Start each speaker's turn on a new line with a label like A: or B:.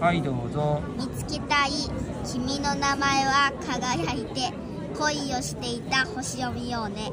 A: はいどうぞ
B: 見つけたい君の名前は輝いて恋をしていた星を見ようね